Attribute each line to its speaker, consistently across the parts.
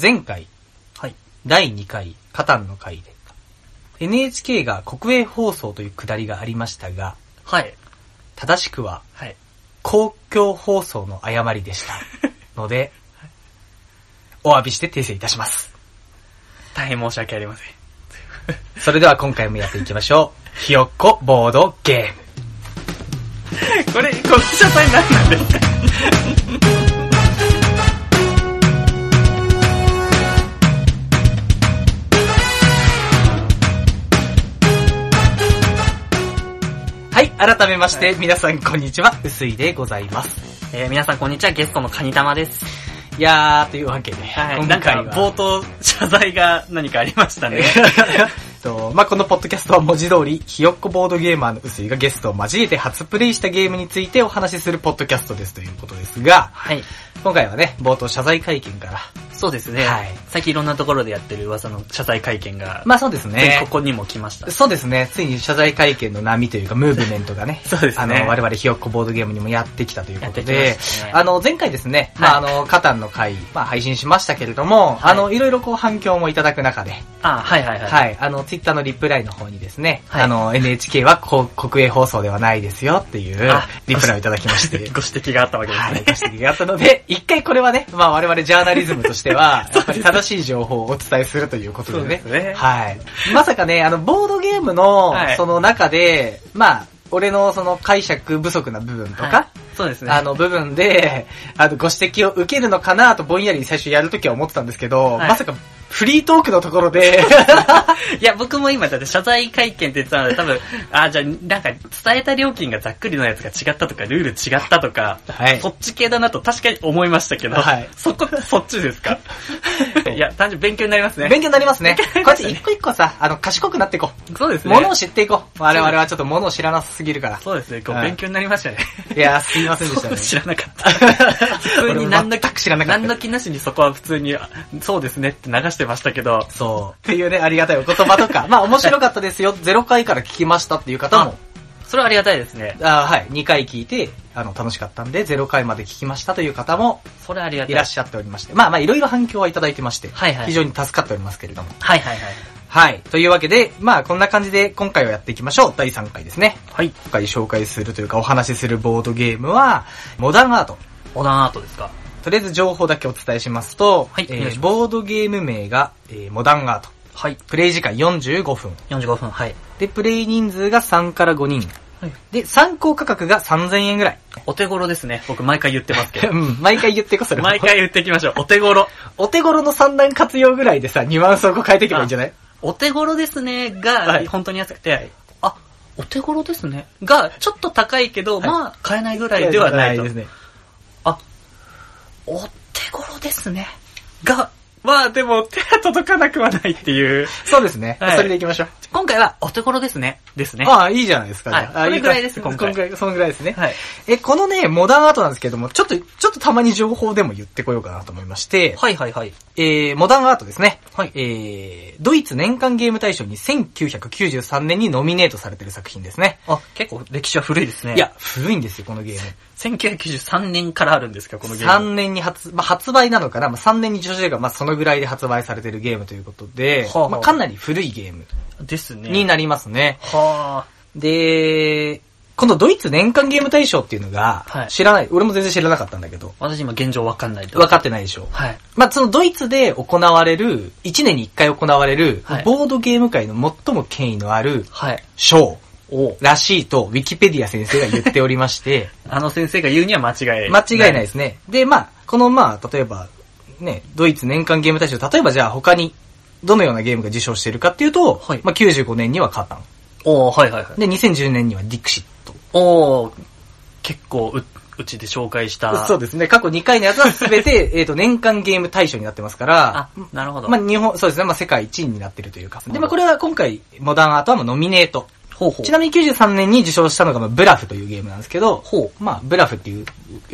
Speaker 1: 前回、
Speaker 2: はい。
Speaker 1: 第2回、カタンの回で、NHK が国営放送というくだりがありましたが、
Speaker 2: はい。
Speaker 1: 正しくは
Speaker 2: はい。
Speaker 1: 公共放送の誤りで した。ので、お詫びして訂正いたします。
Speaker 2: 大変申し訳ありません。
Speaker 1: それでは今回もやっていきましょう。ひよっこボードゲーム。
Speaker 2: これ、この 謝罪何なんですか
Speaker 1: はい、改めまして、皆さんこんにちは、薄井でございます。
Speaker 2: えー、皆さんこんにちは、ゲストのカニ玉です。
Speaker 1: いやー、というわけで、
Speaker 2: はい。
Speaker 1: 今
Speaker 2: なんか
Speaker 1: 回、は
Speaker 2: 冒頭、謝罪が何かありましたね。
Speaker 1: えっとまあ、このポッドキャストは文字通り、ひよっこボードゲーマーの薄井がゲストを交えて初プレイしたゲームについてお話しするポッドキャストですということですが、
Speaker 2: はい。
Speaker 1: 今回はね、冒頭謝罪会見から。
Speaker 2: そうですね。
Speaker 1: はい
Speaker 2: 最近いろんなところでやってる噂の謝罪会見が、
Speaker 1: まあそうですね。
Speaker 2: ここにも来ました。。
Speaker 1: そうですね。ついに謝罪会見の波というか、ムーブメントがね
Speaker 2: そうですね
Speaker 1: あの、我々ひよっこボードゲームにもやってきたというこ
Speaker 2: やって
Speaker 1: と
Speaker 2: きま
Speaker 1: で、
Speaker 2: したね
Speaker 1: あの、前回ですね、
Speaker 2: はい
Speaker 1: まああの、カタンの回、まあ配信しましたけれども、
Speaker 2: はい
Speaker 1: あの、いろいろこう反響もいただく中で、
Speaker 2: あ、はいはいはい。
Speaker 1: はい、あの、ツイッターのリプライの方にですね、
Speaker 2: はい
Speaker 1: あの、NHK はこ国営放送ではないですよっていう
Speaker 2: あ
Speaker 1: リプライをいただきまし
Speaker 2: ご
Speaker 1: て
Speaker 2: 指、摘があったわけです
Speaker 1: はい、
Speaker 2: ね。
Speaker 1: ご指摘があったので、一回これはね、まあ我々ジャーナリズムとして は、やっぱり正しい情報をお伝えするということでね。
Speaker 2: そうですね
Speaker 1: はい。まさかね、あの、ボードゲームの
Speaker 2: はい、
Speaker 1: その中で、まあ、俺のその解釈不足な部分とか、
Speaker 2: はいそうですね。
Speaker 1: あの部分で、あの、ご指摘を受けるのかなとぼんやり最初やるときは思ってたんですけど、
Speaker 2: はい
Speaker 1: まさかフリートークのところ で、
Speaker 2: いや、僕も今、だって謝罪会見って言ってたので、多分、あ、じゃあ、なんか、伝えた料金がざっくりのやつが違ったとか、ルール違ったとか、
Speaker 1: はい
Speaker 2: そっち系だなと確かに思いましたけど、
Speaker 1: はい
Speaker 2: そこ、そっちですかいや、単純に勉強になりますね。
Speaker 1: 勉強になりますね。こうやって一個一個さ、あの、賢くなっていこ
Speaker 2: そうで
Speaker 1: う。
Speaker 2: すね。
Speaker 1: 物を知っていこう。我々はちょっと物を知らなさすぎるから。
Speaker 2: そうですね、こう、
Speaker 1: はい
Speaker 2: 勉強になりましたね。
Speaker 1: いやー、すいませんでしたね。
Speaker 2: 知らなかった。普通に何
Speaker 1: 俺も
Speaker 2: の
Speaker 1: 全く知らなかった
Speaker 2: 何の気なしにそこは普通に、あそうですねって流してましたけど、
Speaker 1: そう。っていうね、ありがたいお言葉とか、まあ面白かった ですよ、0回から聞きましたっていう方も、
Speaker 2: それはありがたいですね。
Speaker 1: あーはい、2回聞いて、あの、楽しかったんで、0回まで聞きましたという方も
Speaker 2: それはありがたい。
Speaker 1: いらっしゃっておりまして、まあまあいろいろ反響はいただいてまして、
Speaker 2: はいはい
Speaker 1: 非常に助かっておりますけれども。
Speaker 2: はいはいはい。
Speaker 1: はい。というわけで、まあこんな感じで今回はやっていきましょう。第3回ですね。
Speaker 2: はい。
Speaker 1: 今回紹介するというかお話しするボードゲームは、モダンアート。
Speaker 2: モダンアートですか
Speaker 1: とりあえず情報だけお伝えしますと、
Speaker 2: はい
Speaker 1: えー
Speaker 2: お願いします
Speaker 1: ボードゲーム名が、えーモダンアート。
Speaker 2: はい。
Speaker 1: プレイ時間45分。
Speaker 2: 45分、はい。
Speaker 1: で、プレイ人数が3から5人。
Speaker 2: はい
Speaker 1: で、参考価格が3000円ぐらい。
Speaker 2: お手頃ですね。僕毎回言ってますけ ど
Speaker 1: う。ん、毎回言ってこそれも
Speaker 2: 毎。回言ってきましょう。お手頃。
Speaker 1: お手頃の三段活用ぐらいでさ、ニュアンスをこう変えていけばいいんじゃない
Speaker 2: お手頃ですね
Speaker 1: は
Speaker 2: が、
Speaker 1: い
Speaker 2: 本当に安くて、あ、お手頃ですねが、ちょっと高いけど、
Speaker 1: はい
Speaker 2: まあ、買えないぐらいではないと
Speaker 1: です。ね。
Speaker 2: あ、お手頃ですねが、まあでも手が届かなくはないっていう。
Speaker 1: そうですね。
Speaker 2: はい
Speaker 1: それでいきましょう。
Speaker 2: 今回はお手頃ですね。ですね。
Speaker 1: ああ、いいじゃないですか。
Speaker 2: はい
Speaker 1: じゃあ
Speaker 2: それぐらいです
Speaker 1: あか
Speaker 2: 今回
Speaker 1: こんぐらい、そのぐらいですね。
Speaker 2: はい。
Speaker 1: え、このね、モダンアートなんですけども、ちょっと、ちょっとたまに情報でも言ってこようかなと思いまして、
Speaker 2: はいはいはい。
Speaker 1: えー、モダンアートですね。
Speaker 2: はい
Speaker 1: えー、ドイツ年間ゲーム大賞に1993年にノミネートされてる作品ですね。
Speaker 2: あ、結構歴史は古いですね。
Speaker 1: いや、、古いんですよ、このゲーム。
Speaker 2: 1993年からあるんですか、このゲーム。
Speaker 1: 3年に発、まあ、発売なのかな、まあ、3年に女子が、まあ、そのぐらいで発売されてるゲームということで、
Speaker 2: はあはあ
Speaker 1: まあ、かなり古いゲーム
Speaker 2: ですね。
Speaker 1: になりますね。
Speaker 2: は
Speaker 1: で、このドイツ年間ゲーム大賞っていうのが
Speaker 2: は、い
Speaker 1: 知らない,、俺も全然知らなかったんだけど、
Speaker 2: あ。私今現状わかんない
Speaker 1: 分か
Speaker 2: っ
Speaker 1: ってないでしょ。
Speaker 2: はい。
Speaker 1: まあ、そのドイツで行われる、1年に1回行われる、
Speaker 2: はい
Speaker 1: ボードゲーム界の最も権威のある
Speaker 2: はい。
Speaker 1: 賞
Speaker 2: お
Speaker 1: らしいと、ウィキペディア先生が言っておりまして、
Speaker 2: あの先生が言うには間違い
Speaker 1: 間違いないですね。で、まあ、このまあ、例えば、ね、ドイツ年間ゲーム大賞、例えばじゃあ他に、どのようなゲームが受賞しているかっていうと、
Speaker 2: はい
Speaker 1: まあ95年にはカタン。
Speaker 2: おーはいはいはい。
Speaker 1: で、2010年にはディクシット。
Speaker 2: おー結構う、うちで紹介した。
Speaker 1: そうですね。過去2回のやつは全 て、えっと、年間ゲーム大賞になってますから
Speaker 2: あ、、なるほど。
Speaker 1: まあ日本、そうですね、まあ世界一位になってるというか。
Speaker 2: な
Speaker 1: で、ま
Speaker 2: るほど
Speaker 1: あこれは今回、モダンアートはもうノミネート
Speaker 2: ほうほう。
Speaker 1: ちなみに93年に受賞したのが、まあ、ブラフというゲームなんですけど、
Speaker 2: ほ
Speaker 1: まあ、ブラフっていう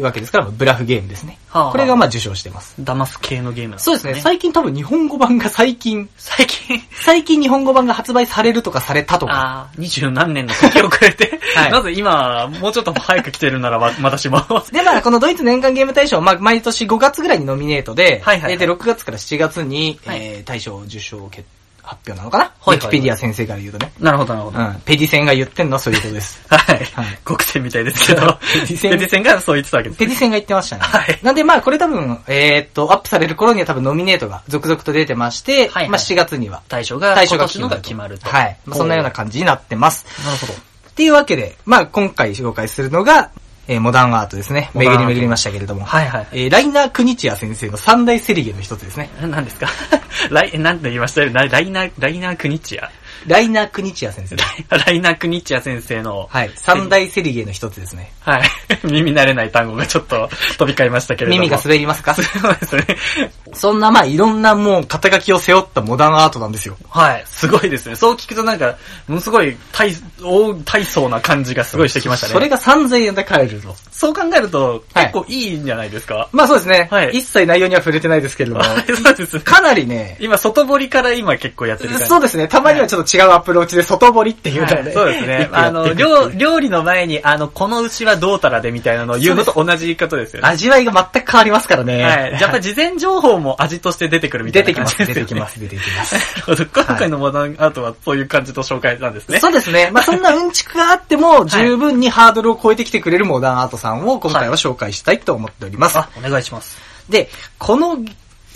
Speaker 1: わけですから、まあブラフゲームですね。
Speaker 2: はあはあ
Speaker 1: これがまあ受賞してます。
Speaker 2: う。騙す系のゲームなん
Speaker 1: そうですね。
Speaker 2: 最
Speaker 1: 最近多分日本語版が最近、
Speaker 2: 最近、
Speaker 1: 最近日本語版が発売されるとかされたとか。
Speaker 2: ああ、二十何年の時を超えて、
Speaker 1: はい
Speaker 2: なぜ今、もうちょっと早く来てるな らば、まだしも。
Speaker 1: で、まあ、このドイツ年間ゲーム大賞、まあ、毎年5月ぐらいにノミネートで、
Speaker 2: はいはいはい
Speaker 1: で、6月から7月に、
Speaker 2: はい
Speaker 1: えー大賞受賞決発表なのかな、
Speaker 2: はいはいはい
Speaker 1: ウィキペディア先生から言うとね。
Speaker 2: なるほど、なるほ
Speaker 1: う
Speaker 2: ど。
Speaker 1: ん。ペディセンが言ってんのはそういうことです。
Speaker 2: はい。
Speaker 1: はい、
Speaker 2: 国戦みたいですけ
Speaker 1: ペ
Speaker 2: ど
Speaker 1: ディ戦
Speaker 2: ペディ戦がそう言ってたわけです。
Speaker 1: ペディセンが言ってましたね。
Speaker 2: はい
Speaker 1: なんでまあこれ多分、えーっと、アップされる頃には多分ノミネートが続々と出てまして、
Speaker 2: はいはい
Speaker 1: まあ7月には
Speaker 2: 対象が、
Speaker 1: 対
Speaker 2: 対
Speaker 1: 象
Speaker 2: 象
Speaker 1: が
Speaker 2: が
Speaker 1: 決
Speaker 2: 決
Speaker 1: ま
Speaker 2: ま
Speaker 1: る
Speaker 2: る
Speaker 1: と
Speaker 2: と。
Speaker 1: はい。まあそんなような
Speaker 2: ほ
Speaker 1: 感じになってます。
Speaker 2: う。なるほど。
Speaker 1: っていうわけで、まあ今回紹介するのが、えーモダンアートですね。
Speaker 2: モダ
Speaker 1: 巡
Speaker 2: ンアート
Speaker 1: り巡りましたけれども。
Speaker 2: はいはい。
Speaker 1: えーライナー・クニチア先生の三大セリゲの一つですね。
Speaker 2: え何ですか ライ、なんて言いましたよラライナー、ライナークニッチア。
Speaker 1: ライナー・クニチア先生
Speaker 2: ラ。イライナークニッチア先生の、
Speaker 1: はい。三大セリゲの一つですね。
Speaker 2: はい。 耳慣れない単語がちょっと飛び交いましたけれども。
Speaker 1: 耳が
Speaker 2: い。
Speaker 1: 滑ります か
Speaker 2: そうですね。
Speaker 1: そんなまあいろんなもう肩書きを背負ったモダンアートなんですよ。
Speaker 2: はい。すごいですね。そう聞くとなんか、ものすごい大、大大層な感じがすごいしてきましたね。
Speaker 1: それが3000円で買えると。
Speaker 2: そう考えると、
Speaker 1: はい
Speaker 2: 結構いいんじゃないですか、
Speaker 1: まあそうですね。
Speaker 2: はい
Speaker 1: 一切内容には触れてないですけれども、
Speaker 2: そうですね。
Speaker 1: かなりね、
Speaker 2: 今、外堀から今結構やってる感じ。
Speaker 1: そうですね、たまにはちょっと違うアプローチで外堀っていうの
Speaker 2: はいそうです ね。あの、料料理の前に、あの、この牛はどうたらでみたいなのを言うのと同じことですよね。
Speaker 1: 味わいが全く変わりますからね。
Speaker 2: はい。やっぱ事前情報も味として出てくるみた
Speaker 1: 出
Speaker 2: い
Speaker 1: て
Speaker 2: な
Speaker 1: き
Speaker 2: 感
Speaker 1: ます、
Speaker 2: じです
Speaker 1: 出
Speaker 2: よね。
Speaker 1: てきます、出てきます。
Speaker 2: なるほど。 今回のモダンアートはそういう感じと紹介なんですね。
Speaker 1: そうですね。まあ、そんなうんちくがあっても、
Speaker 2: い
Speaker 1: 十分にハードルを超えてきてくれるモダンアートさんを今回は紹介したいと思っております。
Speaker 2: あ、お願いします。
Speaker 1: で、この、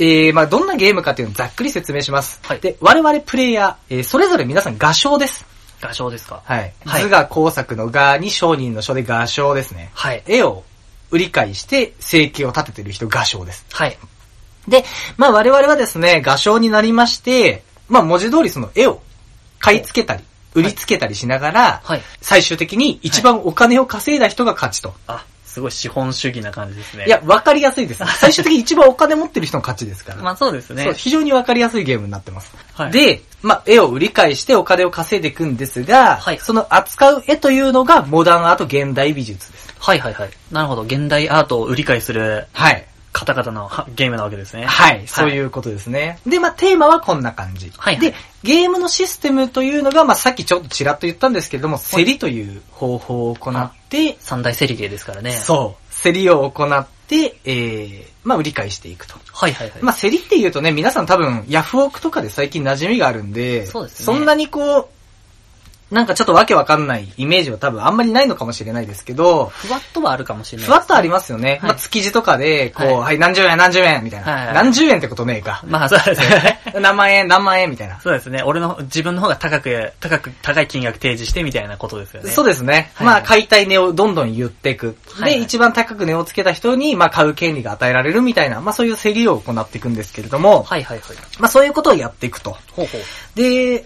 Speaker 1: えー、まあ、どんなゲームかっていうのをざっくり説明します。
Speaker 2: はい
Speaker 1: で、我々プレイヤー、えーそれぞれ皆さん画商です。
Speaker 2: 画商ですか
Speaker 1: はい。
Speaker 2: はい
Speaker 1: 図画工作の画に商人の書で画商ですね。
Speaker 2: はい。
Speaker 1: 絵を売り買いして生計を立ててる人画商です。
Speaker 2: はい。
Speaker 1: で、まあ我々はですね、画商になりまして、まあ文字通りその絵を買い付けたり、売り付けたりしながら、
Speaker 2: はい。
Speaker 1: 最終的に一番お金を稼いだ人が勝ちと。
Speaker 2: あ、すごい資本主義な感じですね。
Speaker 1: い、や、わかりやすいです。最終的に一番お金持ってる人の勝ちです から。
Speaker 2: まあそうですね
Speaker 1: そう。非常にわかりやすいゲームになってます。
Speaker 2: はい
Speaker 1: で、まあ、絵を売り買いしてお金を稼いでいくんですが、
Speaker 2: はい
Speaker 1: その扱う絵というのがモダンアート現代美術です。
Speaker 2: はいはいはい。なるほど。現代アートを売り買いする
Speaker 1: はい。
Speaker 2: 方々のはゲームなわけですね。
Speaker 1: はい、そういうことですね。で、まあ、テーマはこんな感じ。
Speaker 2: はいはい
Speaker 1: で、ゲームのシステムというのが、まあ、さっきちょっとちらっと言ったんですけれども、競りという方法を行って、
Speaker 2: 三大セリゲーですからね。
Speaker 1: そう、競りを行って、えー、まあ、売り買いしていくと。
Speaker 2: はいはいはい。
Speaker 1: まあ、競りっていうとね、皆さん多分、ヤフオクとかで最近馴染みがあるんで、
Speaker 2: そうですね
Speaker 1: んなにこう、なんかちょっとわけわかんないイメージは多分あんまりないのかもしれないですけど、
Speaker 2: ふわっとはあるかもしれない。
Speaker 1: ふわっとありますよね。
Speaker 2: はい
Speaker 1: まあ、築地とかで、こう、は、
Speaker 2: はいい
Speaker 1: 何十円、何十円、みたいな、
Speaker 2: はいはい
Speaker 1: 何十円ってことねえか。
Speaker 2: まあそうですね。
Speaker 1: 何万円、何万円みたいな。
Speaker 2: そうですね。俺の、自分の方が高く、高く、高い金額提示してみたいなことですよね。
Speaker 1: そうですね。
Speaker 2: はいは
Speaker 1: ま
Speaker 2: い
Speaker 1: あ、買いたい値をどんどん言っていく。
Speaker 2: はいは
Speaker 1: で、
Speaker 2: い
Speaker 1: 一番高く値をつけた人に、まあ、買う権利が与えられるみたいな、まあ、そういう競りを行っていくんですけれども、
Speaker 2: はいはいはい。
Speaker 1: まあ、そういうことをやっていくと。
Speaker 2: ほうほう。
Speaker 1: で、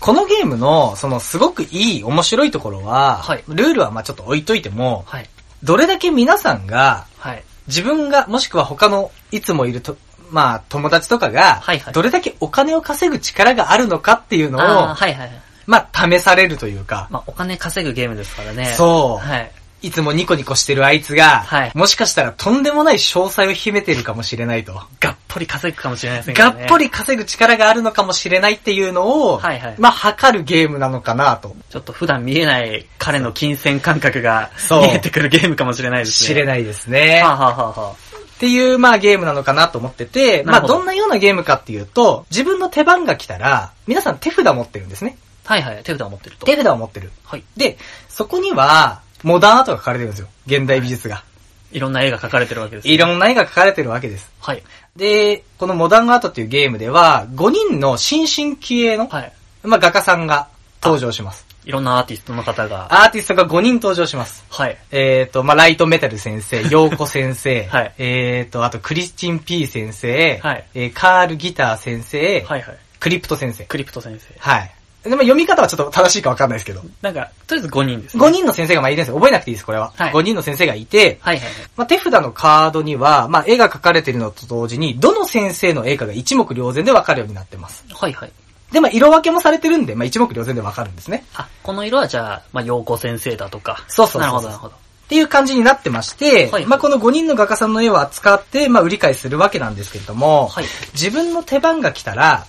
Speaker 1: このゲームの、その、すごくいい、面白いところは、
Speaker 2: はい
Speaker 1: ルールはまあちょっと置いといても、
Speaker 2: はい。
Speaker 1: どれだけ皆さんが、
Speaker 2: はい。
Speaker 1: 自分が、もしくは他の、いつもいると、まあ、友達とかが、
Speaker 2: はいはい
Speaker 1: どれだけお金を稼ぐ力があるのかっていうのを、
Speaker 2: ああ、はいはいはい。
Speaker 1: まあ、試されるというか、
Speaker 2: まあお金稼ぐゲームですからね。
Speaker 1: そう
Speaker 2: はい。
Speaker 1: いつもニコニコしてるあいつが、
Speaker 2: はい
Speaker 1: もしかしたらとんでもない詳細を秘めてるかもしれないと。
Speaker 2: がっぽり稼ぐかもしれないですね。
Speaker 1: がっぽ。り稼ぐ力があるのかもしれないっていうのを、
Speaker 2: はいはい
Speaker 1: まあ、測るゲームなのかなと。
Speaker 2: ちょっと普段見えない彼の金銭感覚が
Speaker 1: そう
Speaker 2: 見えてくるゲームかもしれないですね。
Speaker 1: 知れないですね。
Speaker 2: はあ、はあはあは
Speaker 1: っていう、まあ、ゲームなのかなと思ってて、ま
Speaker 2: な
Speaker 1: あ、
Speaker 2: るほど
Speaker 1: どんなようなゲームかっていうと、自分の手番が来たら、皆さん手札持ってるんですね。
Speaker 2: あ、はいはい。手札を持ってると。
Speaker 1: 手札を持ってる。
Speaker 2: はい。
Speaker 1: で、そこには、モダンアートが書かれてるんですよ。現代美術が。
Speaker 2: いろんな絵が描かれてるわけです。
Speaker 1: いろんな絵が書かれてるわけです。
Speaker 2: はい。
Speaker 1: で、このモダンアートっていうゲームでは、5人の新進気鋭の、
Speaker 2: はい。
Speaker 1: まあ、画家さんが登場します。
Speaker 2: いろんなアーティストの方が。
Speaker 1: アーティストが5人登場します。
Speaker 2: はい。
Speaker 1: えっ、と、まあ、ライトメタル先 生、ヨーコ先生、
Speaker 2: はい
Speaker 1: えっ、と、あと、クリスチン P 先生、
Speaker 2: はい
Speaker 1: えーカールギター先生、
Speaker 2: はいはい。
Speaker 1: クリプト先生。
Speaker 2: クリプト先生。
Speaker 1: はい。でも読み方はちょっと正しいかわかんないですけど。
Speaker 2: なんか、とりあえず5人です、ね。
Speaker 1: 5人の先生がまあいるんですよ。覚えなくていいです、これは。
Speaker 2: はい
Speaker 1: 5人の先生がいて、
Speaker 2: はいはいはい。
Speaker 1: まあ、手札のカードには、まあ、絵が描かれているのと同時に、どの先生の絵かが一目瞭然でわかるようになってます。
Speaker 2: はいはい。
Speaker 1: でも色分けもされてるんで、まあ一目瞭然でわかるんですね。
Speaker 2: あ、この色はじゃあ、まあ、陽子先生だとか。
Speaker 1: そうそうそうそう
Speaker 2: なるほど、なるほど。
Speaker 1: っていう感じになってまして、
Speaker 2: はい
Speaker 1: まあこの5人の画家さんの絵を扱って、まあ売り買いするわけなんですけれども、
Speaker 2: はい
Speaker 1: 自分の手番が来たら、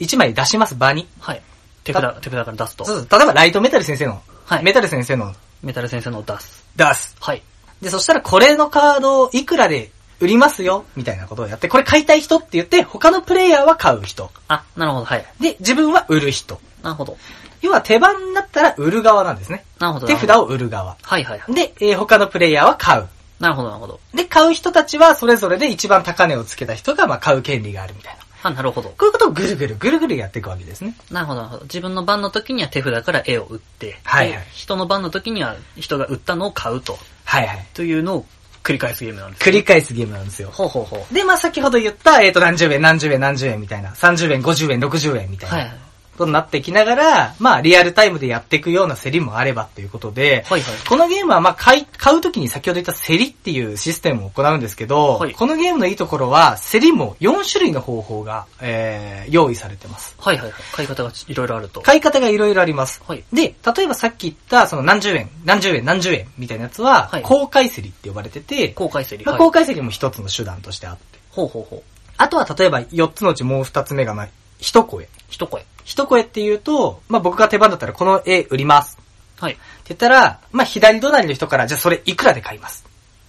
Speaker 1: 1枚出します、場に。
Speaker 2: はい。手札、手札から出すと。
Speaker 1: そうそう例えばライトメタル先生の、
Speaker 2: はい
Speaker 1: メタル先生の
Speaker 2: メタル先生のを出す。
Speaker 1: 出す。
Speaker 2: はい。
Speaker 1: で、そしたらこれのカードをいくらで売りますよ、みたいなことをやって、これ買いたい人って言って、他のプレイヤーは買う人。
Speaker 2: あ、なるほど、はい。
Speaker 1: で、自分は売る人。
Speaker 2: なるほど。
Speaker 1: 要は手番になったら売る側なんですね。
Speaker 2: なるほど。
Speaker 1: 手
Speaker 2: なるほ
Speaker 1: 札
Speaker 2: ど。
Speaker 1: を売る側。
Speaker 2: はいはいはい。
Speaker 1: で、えー他のプレイヤーは買う。
Speaker 2: なるほど、なるほど。
Speaker 1: で、買う人たちはそれぞれで一番高値をつけた人がまあ買う権利があるみたいな。
Speaker 2: あ、なるほど。
Speaker 1: こういうことをぐるぐるぐるぐるやっていくわけですね。
Speaker 2: なるほど、なるほど。自分の番の時には手札から絵を売って、
Speaker 1: はいはい
Speaker 2: で人の番の時には人が売ったのを買うと、
Speaker 1: はいはい。
Speaker 2: というのを繰り返すゲームなんです。
Speaker 1: 繰り返すゲームなんですよ。
Speaker 2: ほうほうほう。
Speaker 1: で、まあ先ほど言った、えっ、と、何十円、何十円、何十円みたいな、30円、50円、60円みたいな、
Speaker 2: はいはい。
Speaker 1: ことになってきながら、まあリアルタイムでやっていくような競りもあればということで、
Speaker 2: はいはい。
Speaker 1: このゲームはまあ買い、買うときに先ほど言った競りっていうシステムを行うんですけど、
Speaker 2: はい
Speaker 1: このゲームのいいところは、競りも4種類の方法が、えー、用意されてます。
Speaker 2: はいはいはい。買い方がいろいろあると。
Speaker 1: 買い方がいろいろあります。
Speaker 2: はい。
Speaker 1: で、例えばさっき言った、その何十円、何十円、何十円みたいなやつは、
Speaker 2: はい
Speaker 1: 公開競りって呼ばれてて、
Speaker 2: 公開整理。
Speaker 1: まあ、
Speaker 2: はい
Speaker 1: 公開競りも一つの手段としてあって。
Speaker 2: ほうほうほう。
Speaker 1: あとは例えば4つのうちもう2つ目がまあ、一声。
Speaker 2: 一声。
Speaker 1: 一声って言うと、まあ僕が手番だったらこの絵売ります。
Speaker 2: はい。
Speaker 1: って言ったら、まあ左隣の人から、じゃあそれいくらで買います。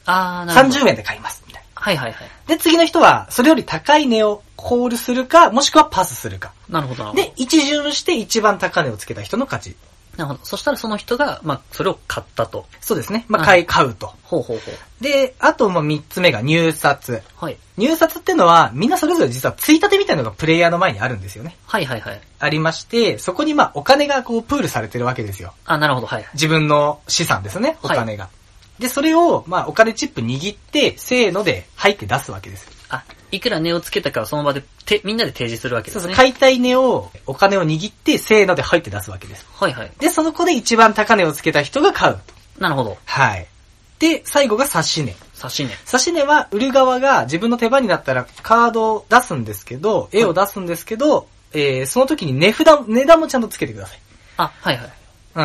Speaker 2: あー、なるほど。
Speaker 1: 30円で買います。みたいな。
Speaker 2: はいはいはい。
Speaker 1: で、次の人は、それより高い値をコールするか、もしくはパスするか。
Speaker 2: なるほどなるほど。
Speaker 1: で、一巡して一番高値をつけた人の勝ち。
Speaker 2: なるほど。そしたらその人が、まあ、それを買ったと。
Speaker 1: そうですね。まあ、
Speaker 2: は
Speaker 1: 買
Speaker 2: い
Speaker 1: い、買うと。
Speaker 2: ほうほうほう。
Speaker 1: で、あと、まあ、三つ目が入札。
Speaker 2: はい。
Speaker 1: 入札ってのは、みんなそれぞれ実はついたてみたいなのがプレイヤーの前にあるんですよね。
Speaker 2: はいはいはい。
Speaker 1: ありまして、そこにまあ、お金がこう、プールされてるわけですよ。
Speaker 2: あ、なるほど、はい。
Speaker 1: 自分の資産ですね、お
Speaker 2: はい
Speaker 1: 金が。で、それを、まあ、お金チップ握って、せーので入って出すわけですよ。
Speaker 2: あ、いくら値をつけたかはその場で、て、みんなで提示するわけで
Speaker 1: そう
Speaker 2: す
Speaker 1: そう、
Speaker 2: ね。
Speaker 1: 買いたい値を、お金を握って、せーので入って出すわけです。
Speaker 2: はいはい。
Speaker 1: で、その子で一番高値をつけた人が買うと。
Speaker 2: なるほど。
Speaker 1: はい。で、最後が差し値。
Speaker 2: 差し値。
Speaker 1: 差し値は売る側が自分の手番になったらカードを出すんですけど、絵を出すんですけど、えー、その時に値札、値段もちゃんとつけてください。
Speaker 2: あ、はいはい。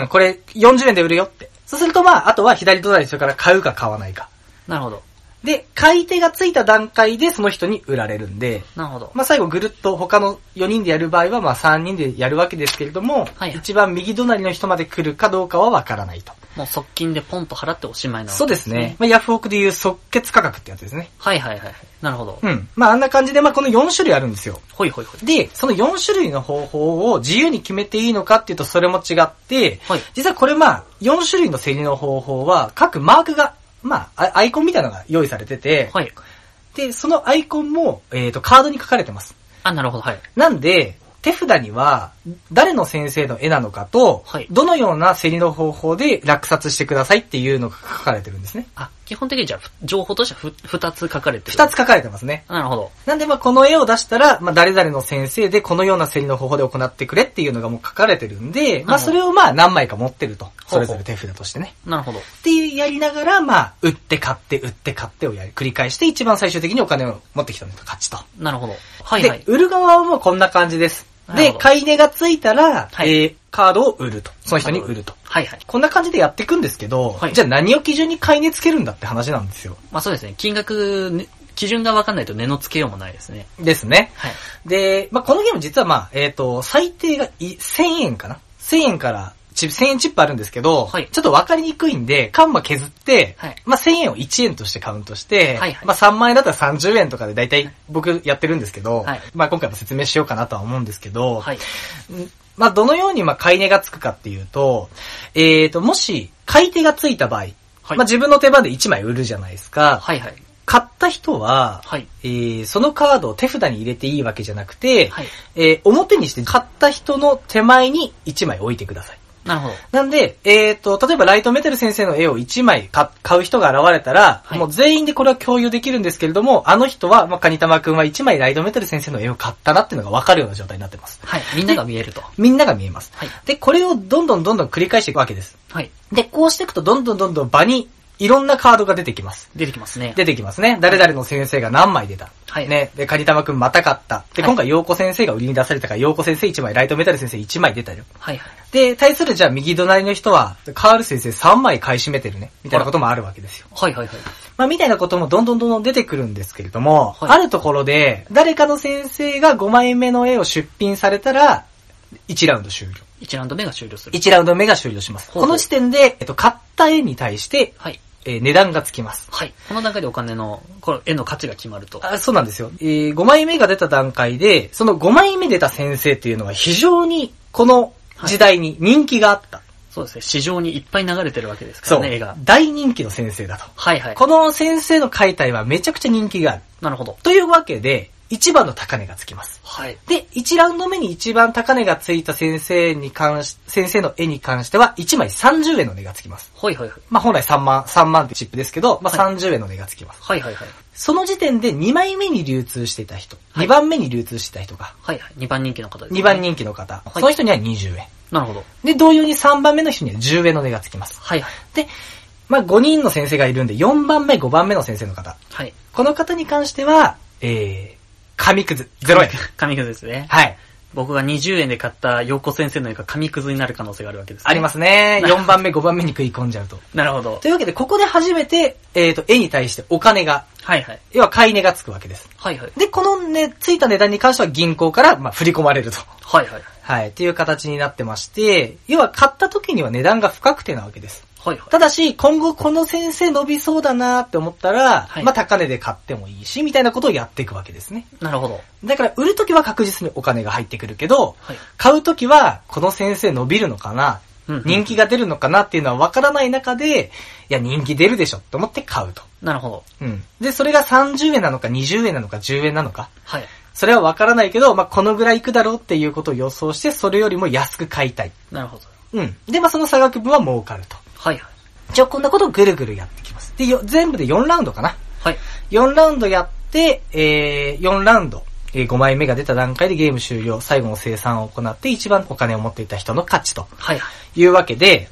Speaker 1: うん、これ40円で売るよって。そうするとまあ、あとは左隣の人から買うか買わないか。
Speaker 2: なるほど。
Speaker 1: で、買い手がついた段階でその人に売られるんで、
Speaker 2: なるほど。
Speaker 1: まあ最後ぐるっと他の4人でやる場合はまあ3人でやるわけですけれども、
Speaker 2: はいはい
Speaker 1: 一番右隣の人まで来るかどうかはわからないと。
Speaker 2: もう側近でポンと払っておしまいなわけ
Speaker 1: そうですね。。まあ、ヤフオクでいう即決価格ってやつですね。
Speaker 2: はいはいはい。なるほど。
Speaker 1: うん。まあ、あんな感じで、まあ、この4種類あるんですよ。
Speaker 2: ほいほいほい。
Speaker 1: で、その4種類の方法を自由に決めていいのかっていうとそれも違って、
Speaker 2: はい
Speaker 1: 実はこれまあ、4種類の競りの方法は、各マークが、まあ、アアイコンみたいなのが用意されてて、
Speaker 2: はい。
Speaker 1: で、そのアイコンも、えっ、と、カードに書かれてます。
Speaker 2: あ、なるほど、はい。
Speaker 1: なんで、手札には、誰の先生の絵なのかと、
Speaker 2: はい
Speaker 1: どのような競りの方法で落札してくださいっていうのが書かれてるんですね。
Speaker 2: あ、基本的にじゃあ、ふ情報としてはふ二つ書かれてる。
Speaker 1: 2つ書かれてますね。
Speaker 2: なるほど。
Speaker 1: なんでまあこの絵を出したら、まあ誰々の先生でこのような競りの方法で行ってくれっていうのがもう書かれてるんで、まあそれをまあ何枚か持ってると。
Speaker 2: ほ
Speaker 1: そう
Speaker 2: ほう
Speaker 1: れぞれ手札としてね。
Speaker 2: なるほど。
Speaker 1: っていうやりながら、まあ、売って買って、売って買ってをやり、繰り返して、一番最終的にお金を持ってきたのが勝ちと。
Speaker 2: なるほど。はいはい
Speaker 1: で、。売る側はもうこんな感じです。
Speaker 2: なる
Speaker 1: で
Speaker 2: ほ、ど
Speaker 1: 買い値がついたら、
Speaker 2: はい
Speaker 1: えーカードを売ると。その人に売ると。
Speaker 2: はいはい。
Speaker 1: こんな感じでやっていくんですけど、
Speaker 2: はい
Speaker 1: じゃあ何を基準に買い値つけるんだって話なんですよ。
Speaker 2: まあそうですね。金額、ね基準がわかんないと値のつけようもないですね。
Speaker 1: ですね。
Speaker 2: はい。
Speaker 1: で、まあ、このゲーム実はまあ、えっ、と、最低がい1000円かな ?1000 円から、チ1000円チップあるんですけど、
Speaker 2: はい
Speaker 1: ちょっと分かりにくいんで、カンマ削って、
Speaker 2: はい
Speaker 1: まあ、1000円を1円としてカウントして、
Speaker 2: はいはい
Speaker 1: まあ、3万円だったら30円とかで大体僕やってるんですけど、
Speaker 2: はい
Speaker 1: まあ、今回も説明しようかなとは思うんですけど、
Speaker 2: はい。
Speaker 1: んまあ、どのようにまあ、買い値がつくかっていうと、えっ、と、もし、買い手がついた場合、
Speaker 2: はい
Speaker 1: まあ、自分の手番で1枚売るじゃないですか、
Speaker 2: はいはい。
Speaker 1: 買った人は、
Speaker 2: はい。
Speaker 1: えーそのカードを手札に入れていいわけじゃなくて、
Speaker 2: はい。
Speaker 1: えー表にして買った人の手前に1枚置いてください。
Speaker 2: なるほど。
Speaker 1: なんで、えっ、と、例えばライトメタル先生の絵を1枚か買う人が現れたら、
Speaker 2: はい
Speaker 1: もう全員でこれは共有できるんですけれども、あの人は、まあ、カニタマくんは1枚ライトメタル先生の絵を買ったなっていうのが分かるような状態になってます。
Speaker 2: はい。みんなが見えると。
Speaker 1: みんなが見えます。
Speaker 2: はい。
Speaker 1: で、これをどんどんどんどん繰り返していくわけです。
Speaker 2: はい。
Speaker 1: で、こうしていくとどんどんどんどん場にいろんなカードが出てきます。
Speaker 2: 出てきますね。
Speaker 1: 出てきますね。誰々の先生が何枚出た。
Speaker 2: はい
Speaker 1: ね。で、カニタマくんまた買った。で、
Speaker 2: はい
Speaker 1: 今回陽子先生が売りに出されたから、陽子先生1枚、ライトメタル先生1枚出たよ。
Speaker 2: はいはい。
Speaker 1: で、対するじゃあ右隣の人は、カール先生3枚買い占めてるね。みたいなこともあるわけですよ。
Speaker 2: はいはいはい。
Speaker 1: まあ、みたいなこともどんどんどんどん出てくるんですけれども、
Speaker 2: はい
Speaker 1: あるところで、誰かの先生が5枚目の絵を出品されたら、1ラウンド終了。
Speaker 2: 1ラウンド目が終了する。
Speaker 1: 1ラウンド目が終了します。
Speaker 2: ほう
Speaker 1: こ
Speaker 2: ほう
Speaker 1: の時点で、えっと、買った絵に対して、
Speaker 2: はい。
Speaker 1: えー値段がつきます。
Speaker 2: はい。この中でお金の、この絵の価値が決まると。
Speaker 1: あそうなんですよ、えー5枚目が出た段階で、その5枚目出た先生っていうのは非常にこの時代に人気があった。
Speaker 2: そうですね。市場にいっぱい流れてるわけですか
Speaker 1: そ
Speaker 2: ら
Speaker 1: う
Speaker 2: ね、絵が。。
Speaker 1: 大人気の先生だと。
Speaker 2: はいはい。
Speaker 1: この先生の解体はめちゃくちゃ人気がある。
Speaker 2: なるほど。
Speaker 1: というわけで、一番の高値がつきます。
Speaker 2: はい。
Speaker 1: で、1ラウンド目に一番高値がついた先生に関し、先生の絵に関しては1枚30円の値がつきます。
Speaker 2: はいはいはい。
Speaker 1: まあ本来3万、3万ってチップですけど、まあ
Speaker 2: は
Speaker 1: 30円の値がつきます。
Speaker 2: はいはいはい。
Speaker 1: その時点で2枚目に流通していた人、
Speaker 2: はい
Speaker 1: 2番目に流通していた人が、
Speaker 2: はいはい。2番人気の方です、
Speaker 1: 2番。人気の方、その人には20円。
Speaker 2: なるほど。
Speaker 1: で、同様に3番目の人には10円の値がつきます。
Speaker 2: はいはい。
Speaker 1: で、まあ5人の先生がいるんで、4番目、5番目の先生の方。
Speaker 2: はい。
Speaker 1: この方に関しては、えー、紙くず、0円。
Speaker 2: 紙くずですね。
Speaker 1: はい。
Speaker 2: 僕が20円で買った陽子先生の絵が紙くずになる可能性があるわけです、。
Speaker 1: ありますすね。
Speaker 2: な
Speaker 1: 4番目、5番目に食い込んじゃうと。
Speaker 2: なるほど
Speaker 1: と。いうわけで、ここで初めて、えっ、と、絵に対してお金が、
Speaker 2: はいはい。
Speaker 1: 要は買い値がつくわけです。
Speaker 2: はいはい。
Speaker 1: で、このね、ついた値段に関しては銀行から、まあ、振り込まれると。
Speaker 2: はいはい。
Speaker 1: はい、っていう形になってまして、要は買った時には値段が不確定なわけです。
Speaker 2: はいはい。
Speaker 1: ただし、今後この先生伸びそうだなって思ったら、
Speaker 2: はい
Speaker 1: まあ高値で買ってもいいし、みたいなことをやっていくわけですね。
Speaker 2: なるほど。
Speaker 1: だから売るときは確実にお金が入ってくるけど、
Speaker 2: はい。
Speaker 1: 買うときはこの先生伸びるのかな、
Speaker 2: うんうん
Speaker 1: 人気が出るのかなっていうのは分からない中で、いや人気出るでしょって思って買うと。
Speaker 2: なるほど。
Speaker 1: うん。で、それが30円なのか20円なのか10円なのか、
Speaker 2: はい。
Speaker 1: それは分からないけど、まあこのぐらいいくだろうっていうことを予想して、それよりも安く買いたい。
Speaker 2: なるほど。
Speaker 1: うん。で、まあその差額分は儲かると。
Speaker 2: はいはい。
Speaker 1: じゃあこんなことをぐるぐるやってきます。で、よ全部で4ラウンドかな。
Speaker 2: はい。
Speaker 1: 4ラウンドやって、えー、4ラウンド、えー5枚目が出た段階でゲーム終了、最後の生産を行って一番お金を持っていた人の勝ちと
Speaker 2: はいはい。
Speaker 1: いうわけで、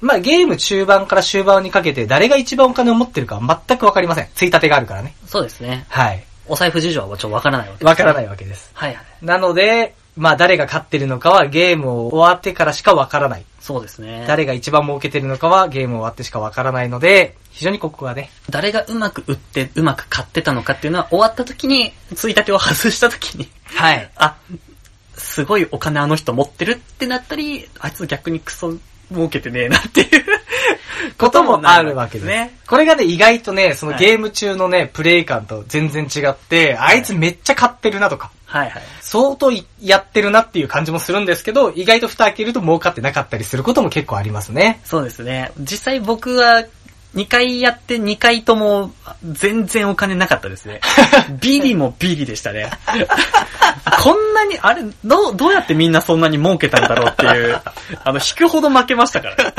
Speaker 1: まあゲーム中盤から終盤にかけて誰が一番お金を持ってるかは全くわかりません。ついたてがあるからね。
Speaker 2: そうですね。
Speaker 1: はい。
Speaker 2: お財布事情はちょっとわからないわけです。
Speaker 1: わからないわけです。
Speaker 2: はいはい。
Speaker 1: なので、まあ誰が勝ってるのかはゲームを終わってからしかわからない。
Speaker 2: そうですね。誰
Speaker 1: 誰が一番儲けてるのかはゲーム終わってしかわからないので、非常にここはね、
Speaker 2: がうまく売って、うまく買ってたのかっていうのは終わった時に、ついたてを外した時に、
Speaker 1: はい。
Speaker 2: あ、すごいお金あの人持ってるってなったり、あいつ逆にクソ儲けてねえなっていう
Speaker 1: こともあるわけです。
Speaker 2: ね。
Speaker 1: これがね、意外とね、その
Speaker 2: はい
Speaker 1: ゲーム中のね、プレイ感と全然違って、あいつめっちゃ買ってるなとか、
Speaker 2: はいはい。
Speaker 1: 相当いやってるなっていう感じもするんですけど、意外と蓋開けると儲かってなかったりすることも結構ありますね。
Speaker 2: そうですね。実際僕は2回やって2回とも全然お金なかったです ね。ビリもビリでしたね。こんなに、あれ、どう、どうやってみんなそんなに儲けたんだろうって いう、あの、引くほど負けましたから。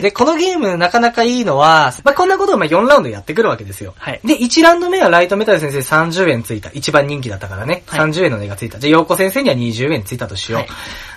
Speaker 1: で、このゲームなかなかいいのは、まあ、こんなことをまあ4ラウンドやってくるわけですよ。
Speaker 2: はい
Speaker 1: で、1ラウンド目はライトメタル先生30円ついた。一番人気だったからね。
Speaker 2: はい
Speaker 1: 30円の値がついた。じゃあ、陽子先生には20円ついたとしよう。
Speaker 2: はい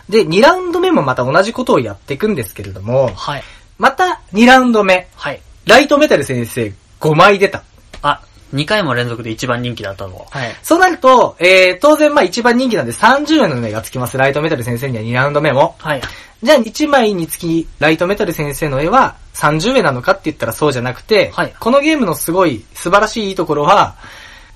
Speaker 1: で、2ラウンド目もまた同じことをやっていくんですけれども、
Speaker 2: はい。
Speaker 1: また2ラウンド目、
Speaker 2: はい。
Speaker 1: ライトメタル先生5枚出た。
Speaker 2: あ、2回も連続で一番人気だったの。はい。
Speaker 1: そうなると、えー、当然まあ一番人気なんで30円の値がつきます。ライトメタル先生には2ラウンド目も。
Speaker 2: はい。
Speaker 1: じゃあ1枚につきライトメタル先生の絵は30円なのかって言ったらそうじゃなくて、
Speaker 2: はい
Speaker 1: このゲームのすごい素晴らしいところは、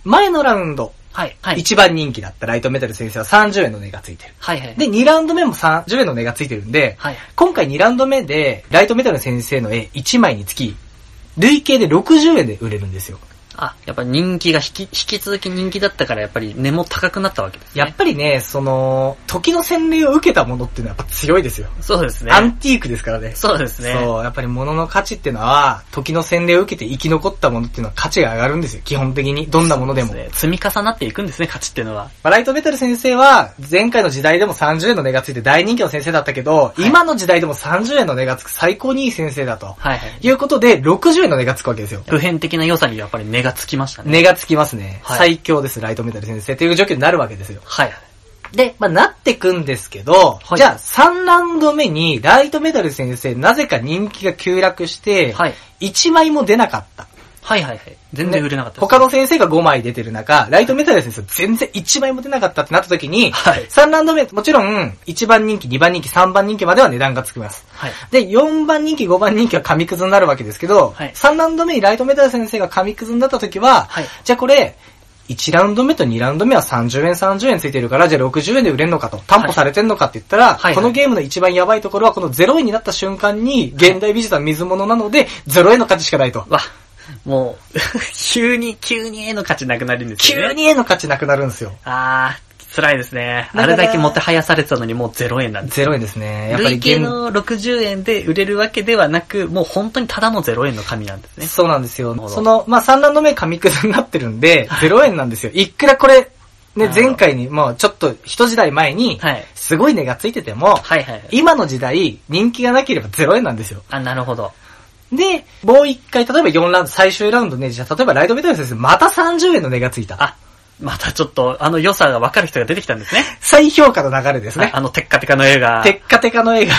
Speaker 1: 前のラウンド、
Speaker 2: はい。はい。
Speaker 1: 一番人気だったライトメタル先生は30円の値がついてる。
Speaker 2: はいはい。
Speaker 1: で、2ラウンド目も30円の値がついてるんで、
Speaker 2: はい。
Speaker 1: 今回2ラウンド目でライトメタル先生の絵1枚につき、累計で60円で売れるんですよ。
Speaker 2: あ、やっぱ人気が引き、引き続き人気だったからやっぱり値も高くなったわけですね。
Speaker 1: やっぱりね、その、時の洗礼を受けたものっていうのはやっぱ強いですよ。
Speaker 2: そうですね。
Speaker 1: アンティークですからね。
Speaker 2: そうですね。
Speaker 1: そう、やっぱり物の価値ってのは、時の洗礼を受けて生き残ったものっていうのは価値が上がるんですよ。基本的に。どんなものでも。
Speaker 2: そうすね積み重なっていくんですね、価値っていうのは。
Speaker 1: まあライトベテル先生は、前回の時代でも30円の値がついて大人気の先生だったけど、
Speaker 2: い
Speaker 1: 今の時代でも30円の値がつく最高にいい先生だと。
Speaker 2: はいはい
Speaker 1: いうことで、60円の値がつくわけですよ。
Speaker 2: 普遍的な良さにやっぱり値がつきましたね。
Speaker 1: 値がつきますね。
Speaker 2: はい
Speaker 1: 最強です、ライトメタル先生という状況になるわけですよ。
Speaker 2: はいはい。
Speaker 1: で、まあ、なってくんですけど、
Speaker 2: はい
Speaker 1: じゃあ3ラウンド目にライトメダル先生、なぜか人気が急落して、
Speaker 2: はい。
Speaker 1: 1枚も出なかった。
Speaker 2: はいはいはい。全然売れなかったです、
Speaker 1: 他の先生が5枚出てる中、ライトメタル先生全然1枚も出なかったってなった時に、
Speaker 2: はい
Speaker 1: 3ラウンド目、もちろん、1番人気、2番人気、3番人気までは値段がつきます。
Speaker 2: はい。
Speaker 1: で、4番人気、5番人気は紙くずになるわけですけど、
Speaker 2: はい
Speaker 1: 3ラウンド目にライトメタル先生が紙くずになった時は、
Speaker 2: はい
Speaker 1: じゃあこれ、1ラウンド目と2ラウンド目は30円30円ついてるから、じゃあ60円で売れんのかと、担保されてんのかって言ったら、
Speaker 2: はい
Speaker 1: このゲームの一番やばいところは、この0円になった瞬間に、現代美術は水物なので、0円の価値しかないと。
Speaker 2: わ、もう、 急に、急に絵の価値なくなるんですよね。
Speaker 1: 急に絵の価値なくなるんですよ。
Speaker 2: あー、辛いですね。
Speaker 1: だ
Speaker 2: あ
Speaker 1: から
Speaker 2: れだけもてはやされてたのにもう0円なんです。
Speaker 1: ゼロ円ですね。やっぱり
Speaker 2: 累
Speaker 1: ゲ
Speaker 2: 計
Speaker 1: ーム。
Speaker 2: の60円で売れるわけではなく、もう本当にただの0円の紙なんですね。
Speaker 1: そうなんですよ
Speaker 2: なる。ほど
Speaker 1: その、まあ、3ラウンド目紙くずになってるんで、0円なんですよ。いくらこれ、ね
Speaker 2: なる、ほど
Speaker 1: 前回に、まあ、ちょっと、一時代前に
Speaker 2: はい、
Speaker 1: すごい値がついてても、
Speaker 2: はいはいはい。
Speaker 1: 今の時代、人気がなければ0円なんですよ。
Speaker 2: あ、なるほど。
Speaker 1: で、もう一回、例えば4ラウンド、最終ラウンドね、じゃあ例えばライトメタル先生、また30円の値がついた。
Speaker 2: あ、またちょっと、あの良さがわかる人が出てきたんですね。
Speaker 1: 再評価の流れですね
Speaker 2: あ。あのテッカテカの絵が。
Speaker 1: テッカテカの 映画、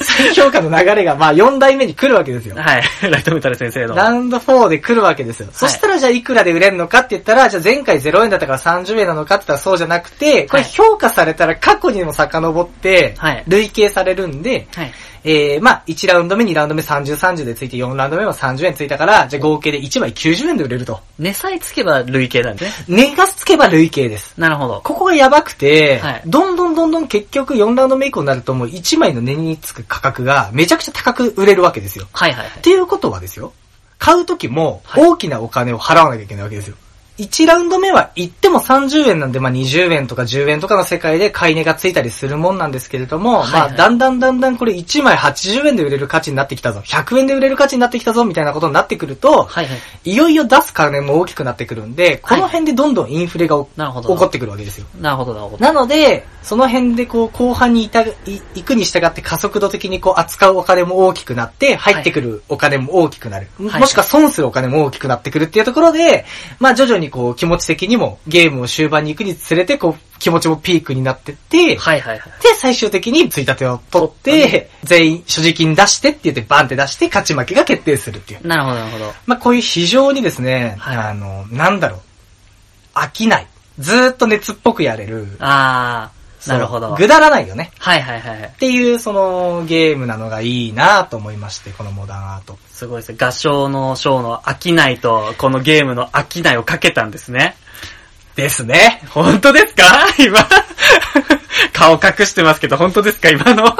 Speaker 1: 再評価の流れが、まあ、4代目に来るわけですよ。
Speaker 2: はい。ラ イトメタル先生の。
Speaker 1: ラウンド4で来るわけですよ。そしたらじゃあいくらで売れるのかって言ったら、じゃあ前回0円だったから30円なのかって言ったらそうじゃなくて、これ
Speaker 2: はい
Speaker 1: 評価されたら過去にも遡って
Speaker 2: はい、
Speaker 1: 累計されるんで、
Speaker 2: はい。
Speaker 1: えー、まあ1ラウンド目、2ラウンド目30、30でついて4ラウンド目は30円ついたから、じゃあ合計で1枚90円で売れると。
Speaker 2: 値さえつけば累計なんですね。
Speaker 1: 値がつけば累計です。
Speaker 2: なるほど。
Speaker 1: ここがやばくて、
Speaker 2: はい
Speaker 1: どんどんどんどん結局4ラウンド目以降になるともう1枚の値につく価格がめちゃくちゃ高く売れるわけですよ。
Speaker 2: はいはいは
Speaker 1: っ
Speaker 2: い。
Speaker 1: ていうことはですよ、買う時も
Speaker 2: はい
Speaker 1: 大きなお金を払わなきゃいけないわけですよ。1ラウンド目は言っても30円なんで、まあ、20円とか10円とかの世界で買い値がついたりするもんなんですけれども、
Speaker 2: はいはい
Speaker 1: まあ、だんだんだんだんこれ1枚80円で売れる価値になってきたぞ、100円で売れる価値になってきたぞ、みたいなことになってくると、
Speaker 2: はいはい。
Speaker 1: い、よいよ出す金も大きくなってくるんで、この辺でどんどんインフレがお
Speaker 2: なるほ
Speaker 1: 起
Speaker 2: ど。
Speaker 1: こってくるわけですよ。
Speaker 2: なるほど、なるほど。
Speaker 1: なので、その辺でこう、後半にいた、い、行くに従って加速度的にこう、扱うお金も大きくなって、入ってくるお金も大きくなる。
Speaker 2: はい
Speaker 1: もしくは損するお金も大きくなってくるっていうところで、まあ徐々にこう、気持ち的にもゲームを終盤に行くにつれて、こう、気持ちもピークになってって、
Speaker 2: はいはいはい。
Speaker 1: で、最終的についたてを取って、全員所持金出してって言ってバンって出して勝ち負けが決定するっていう。
Speaker 2: なるほど、なるほど。
Speaker 1: まあこういう非常にですね、
Speaker 2: はい
Speaker 1: あの、なんだろう、飽きない。ずーっと熱っぽくやれる。
Speaker 2: あー、なるほど。
Speaker 1: ぐだらないよね。
Speaker 2: はいはいはいはい。
Speaker 1: っていう、その、ゲームなのがいいなと思いまして、このモダンアート。
Speaker 2: すごいですね。合唱の章の飽きないと、このゲームの飽きないをかけたんですね。
Speaker 1: ですね。
Speaker 2: 本当ですか今。 顔隠してますけど、本当ですか 今の。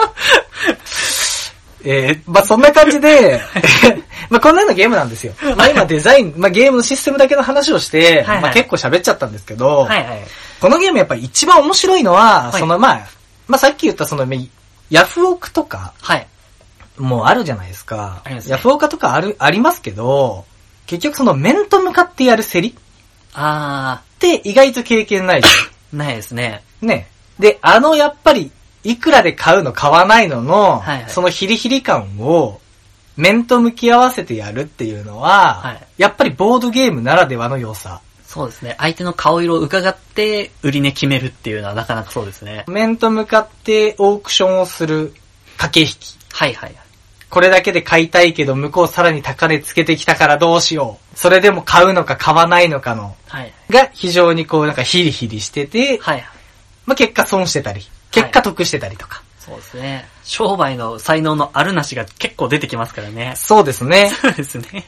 Speaker 1: えー、まあそんな感じで、 まあこんなようなゲームなんですよ。まあ今デザイン、まあゲームのシステムだけの話をして、
Speaker 2: はいはい
Speaker 1: まあ結構喋っちゃったんですけど、
Speaker 2: はいはい。
Speaker 1: このゲームやっぱ一番面白いのは、
Speaker 2: はい
Speaker 1: そのまあ、まあさっき言ったその、ヤフオクとか、
Speaker 2: はい。
Speaker 1: もうあるじゃないですか。
Speaker 2: ありますね
Speaker 1: ヤフオクとかある、ありますけど、結局その面と向かってやる競りっ
Speaker 2: あ
Speaker 1: て意外と経験ないじゃん。
Speaker 2: ー、ないですね。
Speaker 1: ね。で、あの、やっぱり、いくらで買うの買わないのの、
Speaker 2: はいはい
Speaker 1: そのヒリヒリ感を、面と向き合わせてやるっていうのは、
Speaker 2: はい
Speaker 1: やっぱりボードゲームならではの良さ。
Speaker 2: そうですね。相手の顔色を伺って、売り値決めるっていうのはなかなかそうですね。
Speaker 1: 面と向かってオークションをする駆け引き。
Speaker 2: はいはい。
Speaker 1: これだけで買いたいけど、向こうさらに高値つけてきたからどうしよう。それでも買うのか買わないのかの、
Speaker 2: はい。
Speaker 1: が非常にこうなんかヒリヒリしてて、
Speaker 2: はい。
Speaker 1: まあ結果損してたり、結果得してたりとか。
Speaker 2: そうですね。商売の才能のあるなしが結構出てきますからね。
Speaker 1: そうです ね。
Speaker 2: そうですね。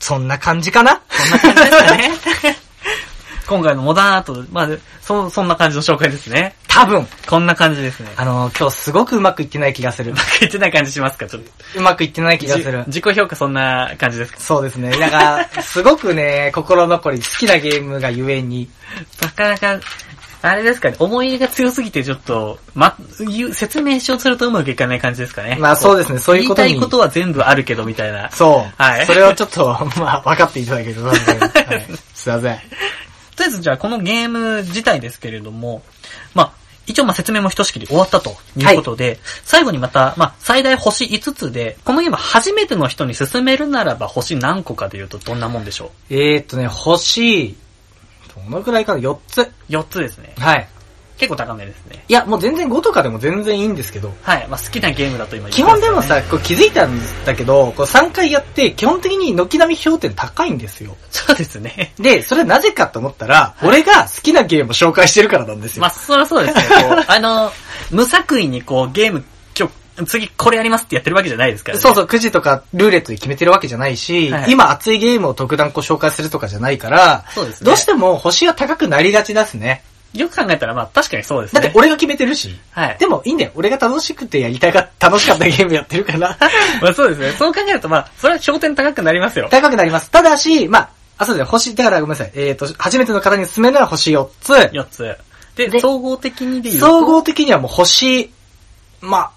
Speaker 1: そんな感じかな
Speaker 2: そんな感じです かね。今回のモダンアート、まあ、そ、そんな感じの紹介ですね。
Speaker 1: 多分。
Speaker 2: こんな感じですね。
Speaker 1: あの、今日すごくうまくいってない気がする
Speaker 2: うま。くいってない感じしますかちょっと。
Speaker 1: うまくいってない気がす
Speaker 2: じ
Speaker 1: る。
Speaker 2: 自己評価そんな感じですか
Speaker 1: そうですね。なんか、すごくね、 心残り、好きなゲームがゆえに。
Speaker 2: なかなか、あれですかね、思い入れが強すぎてちょっと、ま、言う説明しようとするとうまくいかない感じですかね。
Speaker 1: まあそうですね、そういう
Speaker 2: 言い
Speaker 1: こと
Speaker 2: た
Speaker 1: に。
Speaker 2: いことは全部あるけどみたいな。
Speaker 1: そう。
Speaker 2: はい
Speaker 1: それをちょっと、 まあ、分かっていただけると助かる、 はい、すいません。
Speaker 2: とりあえずじゃあこのゲーム自体ですけれども、まあ、一応まあ説明もひとしきり終わったということで、最後にまた、まあ、最大星5つで、このゲーム初めての人に勧めるならば星何個かで言うとどんなもんでしょう
Speaker 1: えーっとね、星、どどのくらいかな ?4 つ。
Speaker 2: 4つですね。
Speaker 1: はい。
Speaker 2: 結構高めですね。
Speaker 1: いや、もう全然5とかでも全然いいんですけど、
Speaker 2: はい。まあ好きなゲームだと今言っ
Speaker 1: 基
Speaker 2: てま
Speaker 1: 本
Speaker 2: す
Speaker 1: で
Speaker 2: よね
Speaker 1: もさ、こう気づいたんだけど、こう3回やって、基本的に軒並み評点高いんですよ。
Speaker 2: そうですね。
Speaker 1: で、それなぜかと思ったら、俺が好きなゲームを紹介してるからなんですよ。
Speaker 2: まあ、そりゃそうですよ。こ うあの、無作為にこう、ゲーム、今日、次これやりますってやってるわけじゃないですからね。
Speaker 1: そうそう、くじとかルーレットで決めてるわけじゃないし、
Speaker 2: はい
Speaker 1: 今熱いゲームを特段こう紹介するとかじゃないから、
Speaker 2: そうですね
Speaker 1: どうしても星が高くなりがちですね。
Speaker 2: よく考えたら、まあ、確かにそうです
Speaker 1: だって
Speaker 2: ね。
Speaker 1: 俺が決めてるし。
Speaker 2: はい。
Speaker 1: でもいいんだよ。俺が楽しくてやりたが、楽しかったゲームやってる から、
Speaker 2: まあ、そうですね。そう考えると、まあ、それは焦点高くなりますよ。
Speaker 1: 高くなります。ただし、まあ、あ、そうですね、星、だからごめんなさい。えっ、と、初めての方に勧めるなら星4つ。
Speaker 2: 4つ。で、
Speaker 1: で
Speaker 2: 総合的にで言うと。
Speaker 1: 総合的にはもう星、まあ、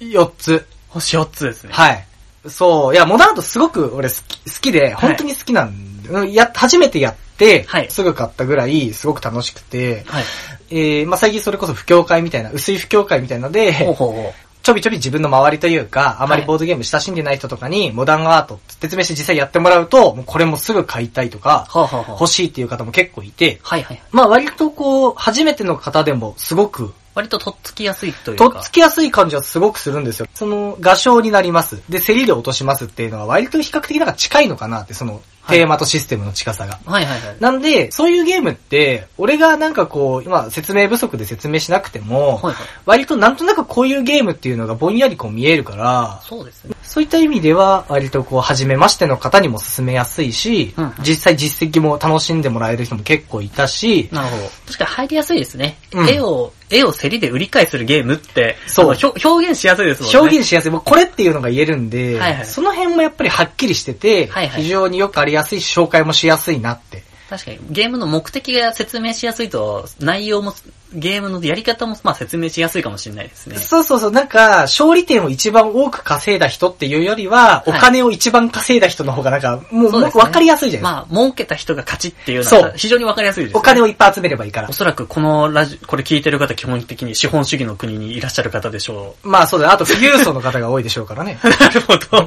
Speaker 1: 4つ。
Speaker 2: 星4つですね。
Speaker 1: はい。そう。いや、モダンアートすごく俺好き、好きで、本当に好きなんで、うんや、初めてやって、
Speaker 2: はい
Speaker 1: すぐ買ったぐらい、すごく楽しくて、
Speaker 2: はい。
Speaker 1: えー、まあ最近それこそ不況会みたいな、薄い不況会みたいなので、
Speaker 2: ほうほうほ
Speaker 1: ちょびちょび自分の周りというか、あまり
Speaker 2: はい
Speaker 1: ボードゲーム親しんでない人とかに、モダンアートって説明して実際やってもらうと、もうこれもすぐ買いたいとか
Speaker 2: う。、ほうほうほう。
Speaker 1: 欲しいっていう方も結構いて、
Speaker 2: はいはい。
Speaker 1: まあ割とこう、初めての方でもすごく
Speaker 2: 割ととっつきやすいという
Speaker 1: と
Speaker 2: か。
Speaker 1: っつきやすい感じはすごくするんですよ。その、画商になります。で、競りで落としますっていうのは割と比較的なんか近いのかなって、その、
Speaker 2: はい
Speaker 1: テーマとシステムの近さが。
Speaker 2: はいはいはい。
Speaker 1: なんで、そういうゲームって、俺がなんかこう、今説明不足で説明しなくても、
Speaker 2: はいはい。
Speaker 1: 割となんとなくこういうゲームっていうのがぼんやりこう見えるから、
Speaker 2: そうですね。
Speaker 1: そういった意味では割とこう、初めましての方にも進めやすいし
Speaker 2: うん、
Speaker 1: 実際実績も楽しんでもらえる人も結構いたし、
Speaker 2: なるほど。確かに入りやすいですね。
Speaker 1: うん
Speaker 2: 絵を、絵を競りで売り買いするゲームって、
Speaker 1: そう
Speaker 2: あの表表現しやすいですもんね。
Speaker 1: 表現しやすい。もうこれっていうのが言えるんで、
Speaker 2: はいはい
Speaker 1: その辺もやっぱりはっきりしてて、
Speaker 2: はいはい
Speaker 1: 非常によくありやすいし、紹介もしやすいなって。
Speaker 2: 確かに、ゲームの目的が説明しやすいと、内容も、ゲームのやり方も、まあ説明しやすいかもしれないですね。
Speaker 1: そうそうそう、なんか、勝利点を一番多く稼いだ人っていうよりは、
Speaker 2: はい
Speaker 1: お金を一番稼いだ人の方がなんか、もう
Speaker 2: そう
Speaker 1: も
Speaker 2: で
Speaker 1: う
Speaker 2: すね
Speaker 1: 分かりやすいじゃないですか。
Speaker 2: まあ、儲けた人が勝ちっていうの
Speaker 1: そ
Speaker 2: は
Speaker 1: う、
Speaker 2: 非常にわかりやすいです、ね。
Speaker 1: お金をいっぱい集めればいいから
Speaker 2: お。そらくこのラジ、これ聞いてる方基本的に資本主義の国にいらっしゃる方でしょ
Speaker 1: まあそうだね。あと富裕層の方が多いでしょうから ね。
Speaker 2: う。なるほど。そう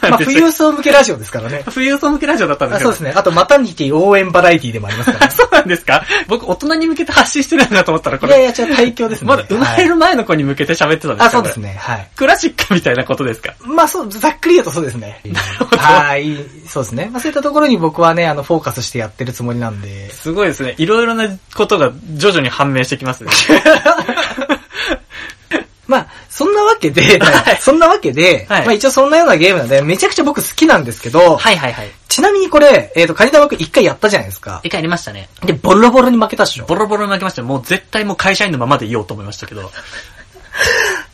Speaker 1: まあ
Speaker 2: なんで
Speaker 1: 富
Speaker 2: すよ。。
Speaker 1: 裕層向けラジオですからね
Speaker 2: 富裕層向けラジオだったんで
Speaker 1: あ
Speaker 2: す
Speaker 1: そう
Speaker 2: よ。
Speaker 1: ですね。あとマタニティ応援バラエティでもありますから、
Speaker 2: あそうなんですか僕、大人に向けて発信してるんだと思ったら、こ
Speaker 1: いや
Speaker 2: れ、
Speaker 1: いや、ちょっと対響ですね。
Speaker 2: まだ生まれ
Speaker 1: はい
Speaker 2: る前の子に向けて喋ってたんですか
Speaker 1: あ、そうです
Speaker 2: ね。
Speaker 1: ね。はい。
Speaker 2: クラシックみたいなことですか
Speaker 1: まあそう、ざっくり言うとそうですね。 はい、そうですね。まあそういったところに僕はね、あの、フォーカスしてやってるつもりなんで。
Speaker 2: すごいですね。いろいろなことが徐々に判明してき ますね。
Speaker 1: まあ、そんなわけ で、
Speaker 2: はい
Speaker 1: そんなわけで、
Speaker 2: はい
Speaker 1: まあ一応そんなようなゲームなんで、めちゃくちゃ僕好きなんですけど、
Speaker 2: はいはいはい。
Speaker 1: ちなみにこれ、えっ、と、カニタマくん一回やったじゃないですか。
Speaker 2: 一回やりましたね。
Speaker 1: で、ボロボロに負けたっしょ
Speaker 2: ボ。ロボロに負けました。もう絶対もう会社員のままでいようと思いましたけど。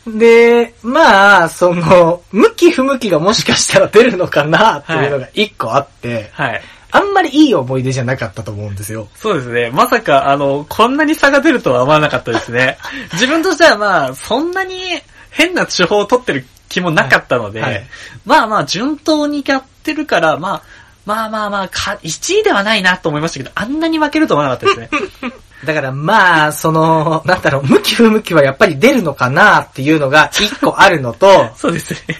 Speaker 1: で、まあ、その、向き不向きがもしかしたら出るのかなっていうのが一個あって、
Speaker 2: はい。
Speaker 1: あんまりいい思い出じゃなかったと思うんですよ。
Speaker 2: そうですね。まさか、あの、こんなに差が出るとは思わなかったです ね。自分としてはまあ、そんなに変な手法を取ってる気もなかったので、
Speaker 1: はいはい
Speaker 2: まあまあ、順当にやってるから、まあ、まあまあまあか、1位ではないなと思いましたけど、あんなに負けると思わなかったですね。、
Speaker 1: だからまあ、その、なんだろう、向き不向きはやっぱり出るのかなっていうのが一個あるのと
Speaker 2: そうですね。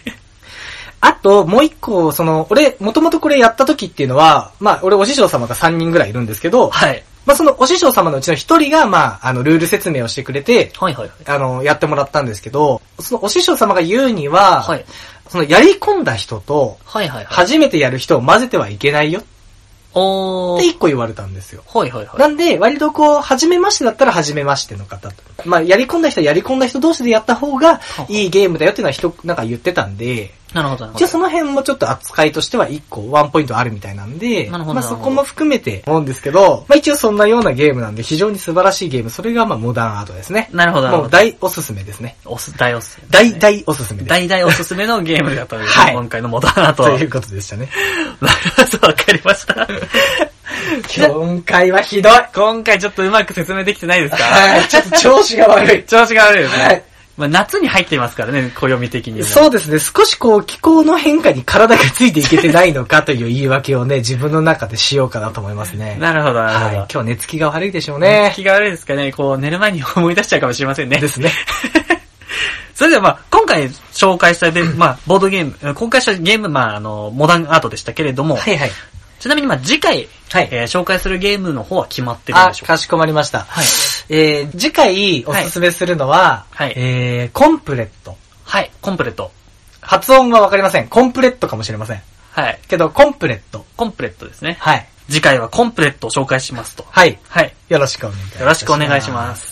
Speaker 1: あともう一個、その、俺、もともとこれやった時っていうのは、まあ、俺お師匠様が3人ぐらいいるんですけど、
Speaker 2: はい。
Speaker 1: まあそのお師匠様のうちの一人が、まあ、あの、ルール説明をしてくれて、
Speaker 2: はいはいはい。
Speaker 1: あの、やってもらったんですけど、そのお師匠様が言うには、
Speaker 2: はい。
Speaker 1: その、やり込んだ人と、
Speaker 2: はいはいはい。
Speaker 1: 初めてやる人を混ぜてはいけないよっ
Speaker 2: お
Speaker 1: て
Speaker 2: ー。
Speaker 1: 一個言われたんですよ。
Speaker 2: はいはいはい。
Speaker 1: なんで、割とこう、初めましてだったら初めましての方と。まあ、やり込んだ人はやり込んだ人同士でやった方が
Speaker 2: は、
Speaker 1: いいゲームだよっていうのは人、なんか言ってたんで、
Speaker 2: なるほどなるほ
Speaker 1: 一応
Speaker 2: ど。
Speaker 1: その辺もちょっと扱いとしては一個ワンポイントあるみたいなんで、
Speaker 2: なるほど
Speaker 1: まあ
Speaker 2: な
Speaker 1: そ
Speaker 2: るほど
Speaker 1: こも含めて思うんですけど、まあ一応そんなようなゲームなんで非常に素晴らしいゲーム、それがまあモダンアートですね。
Speaker 2: なるほどなる
Speaker 1: も
Speaker 2: ほ
Speaker 1: う
Speaker 2: ど。
Speaker 1: 大おすすめですね。
Speaker 2: おす、大おすすめです
Speaker 1: 大
Speaker 2: ね
Speaker 1: 大おすすめです。
Speaker 2: 大々おすすめのゲームだったので、
Speaker 1: はい
Speaker 2: 今回のモダンアート。
Speaker 1: ということでした ね。
Speaker 2: なるほど、わかりました。
Speaker 1: 今回はひどい。
Speaker 2: 今回ちょっとうまく説明できてないですか
Speaker 1: はい、ちょっと調子が悪い。
Speaker 2: 調子が悪いですね。
Speaker 1: はい
Speaker 2: まあ、夏に入っていますからね、暦的には。
Speaker 1: そうですね、少しこう気候の変化に体がついていけてないのかという言い訳 をね、自分の中でしようかなと思いますね。
Speaker 2: なるほど、なるほ
Speaker 1: はい、
Speaker 2: ど。
Speaker 1: 今日は寝つきが悪いでしょう
Speaker 2: ね
Speaker 1: ね。
Speaker 2: 気が悪いですかね、こう、寝る前に思い出しちゃうかもしれませんね。
Speaker 1: ですね。
Speaker 2: それではまあ、今回紹介したで、まあ、ボードゲーム、今回したゲーム、まあ、あの、モダンアートでしたけれども、
Speaker 1: はいはい。
Speaker 2: ちなみに、まあ、次回、
Speaker 1: はい
Speaker 2: えー紹介するゲームの方は決まってるん
Speaker 1: あ
Speaker 2: でしょ、うか
Speaker 1: かしこまりました。
Speaker 2: はい。
Speaker 1: えー、次回おすすめするのは、
Speaker 2: はい
Speaker 1: えー、コンプレット。
Speaker 2: はい、コンプレット。
Speaker 1: 発音はわかりません。コンプレットかもしれません。
Speaker 2: はい。
Speaker 1: けど、コンプレット。
Speaker 2: コンプレットですね。
Speaker 1: はい。
Speaker 2: 次回はコンプレットを紹介しますと。
Speaker 1: はい。
Speaker 2: はい。
Speaker 1: よろしくお願いいたします。
Speaker 2: よろしくお願いします。